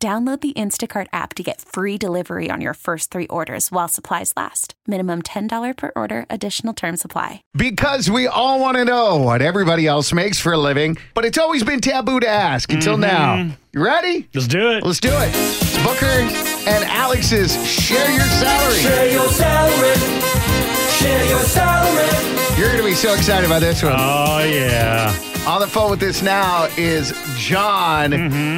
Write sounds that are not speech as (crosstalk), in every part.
Download the Instacart app to get free delivery on your first three orders while supplies last. Minimum $10 per order, additional term supply. Because we all want to know what everybody else makes for a living, but it's always been taboo to ask until Mm-hmm. now. You ready? Let's do it. Let's do it. It's Booker and Alex's Share Your Salary. Share your salary. Share your salary. You're going to be so excited about this one. Oh yeah. On the phone with us now is John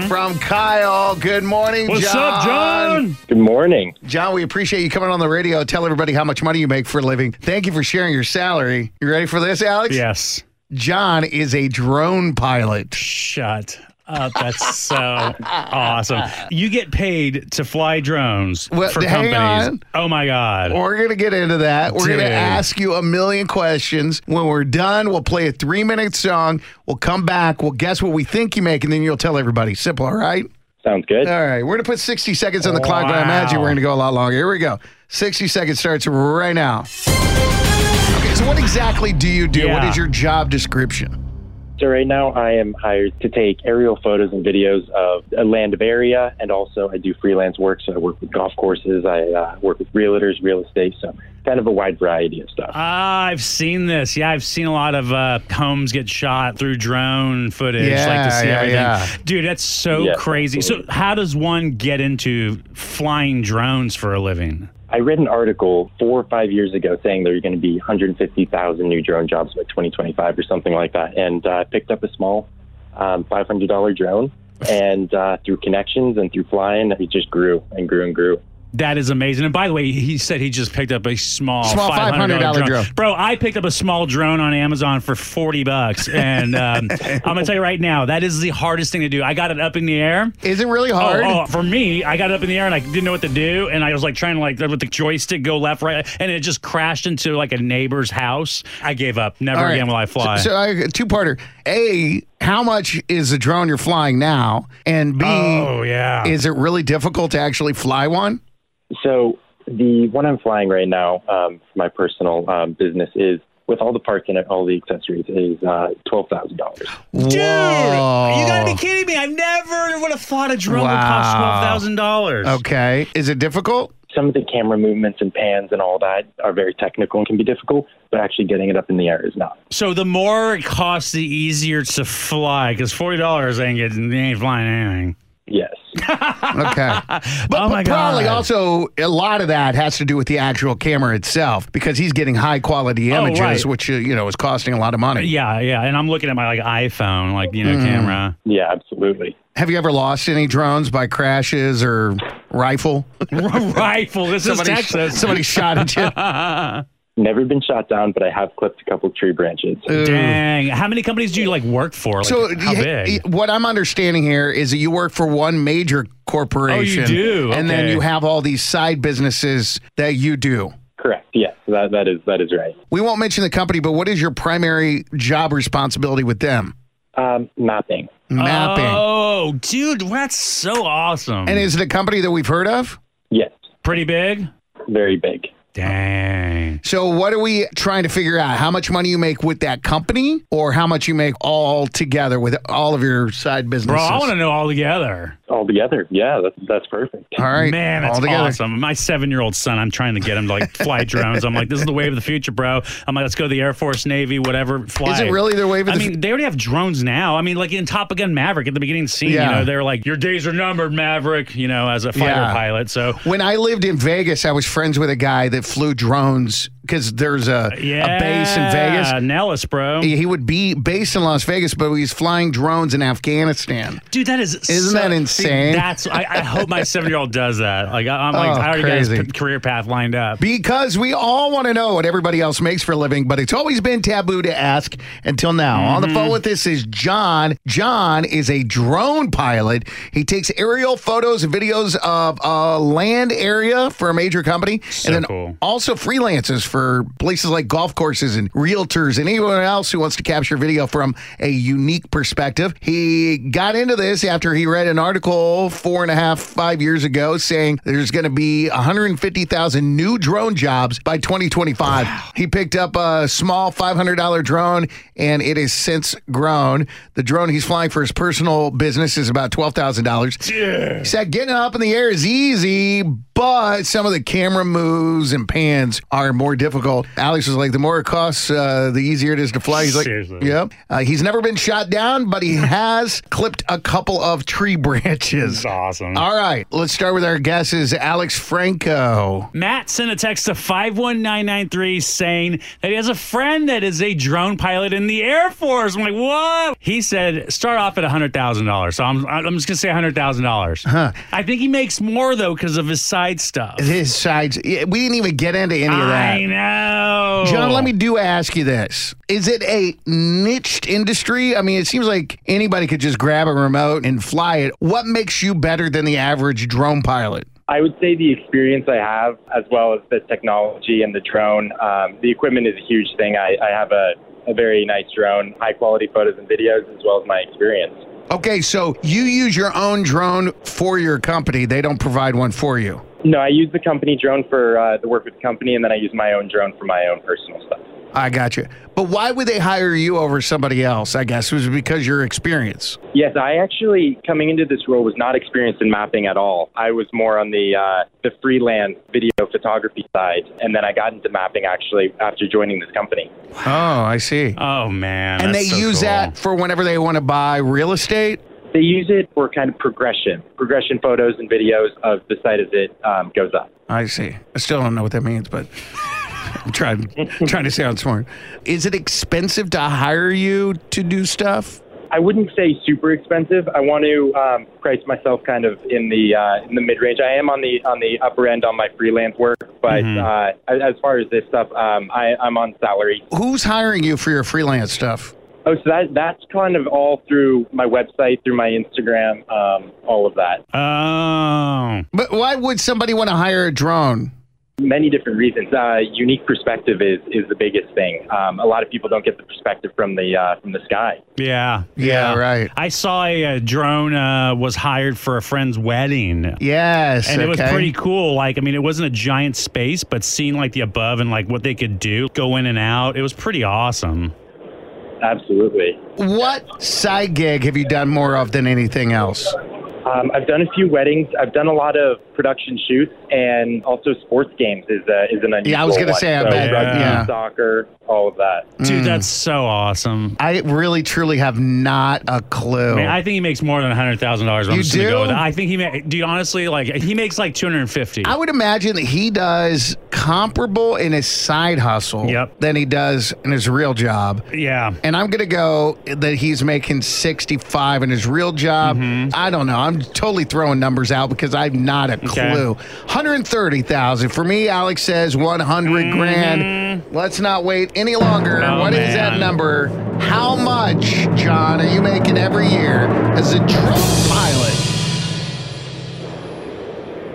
from Kyle. Good morning, Mm-hmm. What's John. up, John? Good morning. John, we appreciate you coming on the radio. Tell everybody how much money you make for a living. Thank you for sharing your salary. You ready for this, Alex? Yes. John is a drone pilot. Shut up. That's so (laughs) awesome. You get paid to fly drones Well, for hang companies. on. Oh my god. We're going to get into that. We're going to Dude. ask you a million questions. When we're done, we'll play a three minute song. We'll come back. We'll guess what we think you make, and then you'll tell everybody. Simple, all right? Sounds good. All right. We're going to put 60 seconds on the clock, but I Wow. imagine we're going to go a lot longer. Here we go. 60 seconds starts right now. Okay, so what exactly do you do? What Yeah. is your job description? So right now I am hired to take aerial photos and videos of a land of area, and also I do freelance work. So I work with golf courses, I uh, work with realtors, real estate, so kind of a wide variety of stuff. I've seen this. Yeah, I've seen a lot of uh, homes get shot through drone footage. like to Yeah, see yeah, everything. yeah. Dude, that's so Yeah, crazy. So, absolutely. how does one get into flying drones for a living? I read an article four or five years ago saying there were going to be 150,000 new drone jobs by 2025 or something like that, and uh, I picked up a small um, $500 drone. And uh, through connections and through flying, it just grew and grew and grew. That is amazing. And by the way, he said he just picked up a small, Small $500 $500, drone. drone. Bro, I picked up a small drone on Amazon for 40 bucks. And um, (laughs) I'm going to tell you right now, that is the hardest thing to do. I got it up in the air. Is it really Oh, hard? oh, for me, I got it up in the air and I didn't know what to do. And I was like trying to like with the joystick go left, right. And it just crashed into like a neighbor's house. I gave up. Never All right. again will I fly. So, so I, two parter. A, how much is the drone you're flying now? And B, oh, yeah. is it really difficult to actually fly one? So the one I'm flying right now um, for my personal um, business is with all the parts in it, all the accessories is uh, twelve thousand dollars. Dude, you gotta Whoa. be kidding me! I never would have thought a drone would cost Wow. twelve thousand dollars. Okay. Is it difficult? Some of the camera movements and pans and all that are very technical and can be difficult, but actually getting it up in the air is not. So the more it costs, the easier to fly. Because forty dollars ain't getting, ain't flying anything. Yes, Okay. But, (laughs) Oh my but probably God. also a lot of that has to do with the actual camera itself because he's getting high quality Oh, images, right. which uh, you know is costing a lot of money. Yeah, yeah. And I'm looking at my like iPhone, like you know, Mm. camera. (laughs) yeah, absolutely. Have you ever lost any drones by crashes or (laughs) rifle? Rifle. This Somebody, is Texas. somebody shot at you. (laughs) Never been shot down, but I have clipped a couple tree branches. Dang. How many companies do you like work for? Like, So how y- big? Oh, y- what I'm understanding here is that you work for one major corporation. do? And then Okay. you have all these side businesses that you do. Correct. Yes, that that is that is right. We won't mention the company, but what is your primary job responsibility with them? Um, mapping. Mapping. Oh, dude, that's so awesome. And is it a company that we've heard of? Yes, pretty big. very big. Dang. So what are we trying to figure out? How much money you make with that company or how much you make all together with all of your side businesses? Bro, I want to know all together. All together. Yeah, that's that's perfect. all right. Man, that's all together. awesome. My seven year old son, I'm trying to get him to like (laughs) fly drones. I'm like, this is the wave of the future, bro. I'm like, let's go to the Air Force, Navy, whatever. Fly. Is it really their wave of I the mean, they already have drones now. I mean, like in Top Gun Maverick at the beginning of the scene, Yeah. you know, they were like, your days are numbered, Maverick, you know, as a fighter Yeah. pilot. So When I lived in Vegas, I was friends with a guy that flew drones because there's a, Yeah, a base in Vegas. Nellis, bro. He would be based in Las Vegas, but he's flying drones in Afghanistan. Dude, that is Isn't that insane? That's I, I hope my seven year old does that. Like I, am like (laughs) Oh, I already got crazy. his p- career path lined up. Because we all want to know what everybody else makes for a living, but it's always been taboo to ask until now. On the Mm-hmm. phone with us is John. John is a drone pilot. He takes aerial photos and videos of a land area for a major company. So and then cool. also freelances for places like golf courses and realtors and anyone else who wants to capture video from a unique perspective. He got into this after he read an article four and a half, five years ago saying there's going to be 150,000 new drone jobs by 2025. He picked up a small $500 drone and it has since grown. The drone he's flying for his personal business is about $12,000. He said getting up in the air is easy, but some of the camera moves and pans are more difficult. Alex was like, the more it costs, uh, the easier it is to fly. He's like, Seriously. yep. Uh, he's never been shot down, but he has clipped a couple of tree branches. It's awesome. All right, let's start with our guesses. Alex Franco. Matt sent a text to 51993 saying that he has a friend that is a drone pilot in the Air Force. I'm like, what? He said, start off at $100,000. So I'm, I'm just going to say $100,000. I think he makes more, though, because of his side stuff. His sides. yeah, We didn't even get into any of that. I know. John, let me do ask you this. Is it a niched industry? I mean, it seems like anybody could just grab a remote and fly it. What makes you better than the average drone pilot? I would say the experience I have, as well as the technology and the drone. Um, the equipment is a huge thing. I, I have a, a very nice drone, high quality photos and videos, as well as my experience. Okay, so you use your own drone for your company. They don't provide one for you. No, I use the company drone for uh, the work with the company, and then I use my own drone for my own personal stuff. I got you. But why would they hire you over somebody else? I guess it was because your experience. Yes, I actually coming into this role was not experienced in mapping at all. I was more on the uh, the freelance video photography side, and then I got into mapping actually after joining this company. Oh, I see. Oh, man. and they that's so use cool. that for whenever they want to buy real estate. They use it for kind of progression, progression photos and videos of the site as it um, goes up. I see. I still don't know what that means, but I'm trying trying to sound smart. Is it expensive to hire you to do stuff? I wouldn't say super expensive. I want to um, price myself kind of in the uh, in the mid range. I am on the on the upper end on my freelance work, but uh, as, as far as this stuff, um, I, I'm on salary. Who's hiring you for your freelance stuff? Oh, so that that's kind of all through my website, through my Instagram, um, all of that. Oh. But why would somebody want to hire a drone? Many different reasons. Uh, unique perspective is is the biggest thing. Um, a lot of people don't get the perspective from the uh, from the sky. Yeah. Yeah, right. I saw a, uh drone uh, was hired for a friend's wedding. Yes. And it was okay. pretty cool. Like, I mean, it wasn't a giant space, but seeing like the above and like what they could do, go in and out, it was pretty awesome. Absolutely. What side gig have you done more of than anything else? Um, I've done a few weddings. I've done a lot of production shoots, and also sports games is uh, is an unusual. Yeah, I was gonna one. say, I so bet, rugby, yeah. soccer, all of that. Mm. Dude, that's so awesome. I really, truly have not a clue. Man, I think he makes more than hundred thousand dollars. You do? I think he ma- dude. Honestly, like he makes like two hundred and fifty. I would imagine that he does comparable in his side hustle Yep. than he does in his real job. Yeah, And I'm gonna go that he's making 65 in his real job. Mm-hmm. I don't know. I'm totally throwing numbers out because I've not a Okay. clue. 130,000 for me. Alex says 100 grand. Let's not wait any longer. What is Mm-hmm. Oh, that man. number? How much, John, are you making every year as a drone pilot?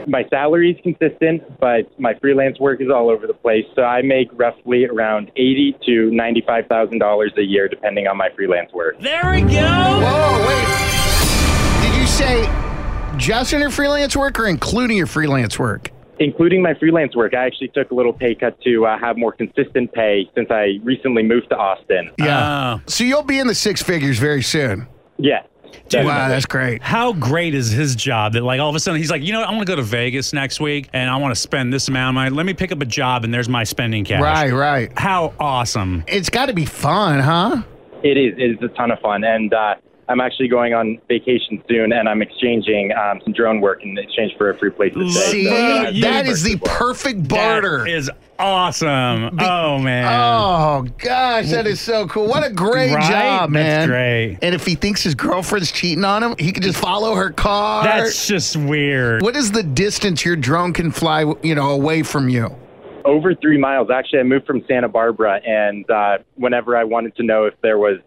My salary is consistent, but my freelance work is all over the place. So I make roughly around eighty to ninety five thousand dollars a year, depending on my freelance work. there we go. Whoa, wait. Did you say just in your freelance work or including your freelance work? Including my freelance work, I actually took a little pay cut to uh, have more consistent pay since I recently moved to Austin. Yeah. So you'll be in the six figures very soon. Yeah. Dude. Wow, that's great. How great is his job that like all of a sudden he's like, you know, what? I want to go to Vegas next week and I want to spend this amount of money. Let me pick up a job and there's my spending cash. Right, right. How awesome. It's got to be fun, huh? It is. It is a ton of fun, and uh, I'm actually going on vacation soon, and I'm exchanging um, some drone work in exchange for a free place to stay. See, Look at you. that is the perfect barter. That is awesome. oh man. Oh gosh, that is so cool! What a great Right? job, That's man! great. And if he thinks his girlfriend's cheating on him, he can just follow her car. That's just weird. what is the distance your drone can fly? You know, away from you. over three miles. Actually, I moved from Santa Barbara, and uh, whenever I wanted to know if there was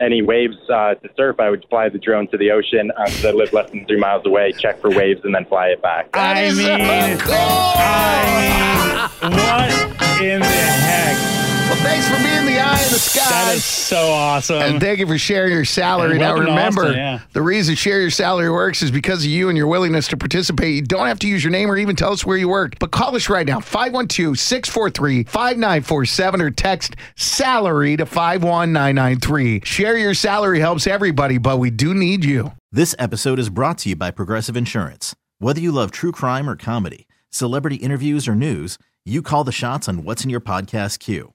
any waves uh, to surf, I would fly the drone to the ocean because I live less than three miles away, check for waves, and then fly it back. That I is Oh, so mean- cool. I mean, what in the heck? well, thanks for being the eye in the That sky. is so awesome. And thank you for sharing your salary. And Now welcome to remember, Austin, yeah. the reason Share Your Salary works is because of you and your willingness to participate. You don't have to use your name or even tell us where you work. But call us right now, 512-643-5947 or text salary to 51993. Share Your Salary helps everybody, but we do need you. This episode is brought to you by Progressive Insurance. Whether you love true crime or comedy, celebrity interviews or news, you call the shots on what's in your podcast queue.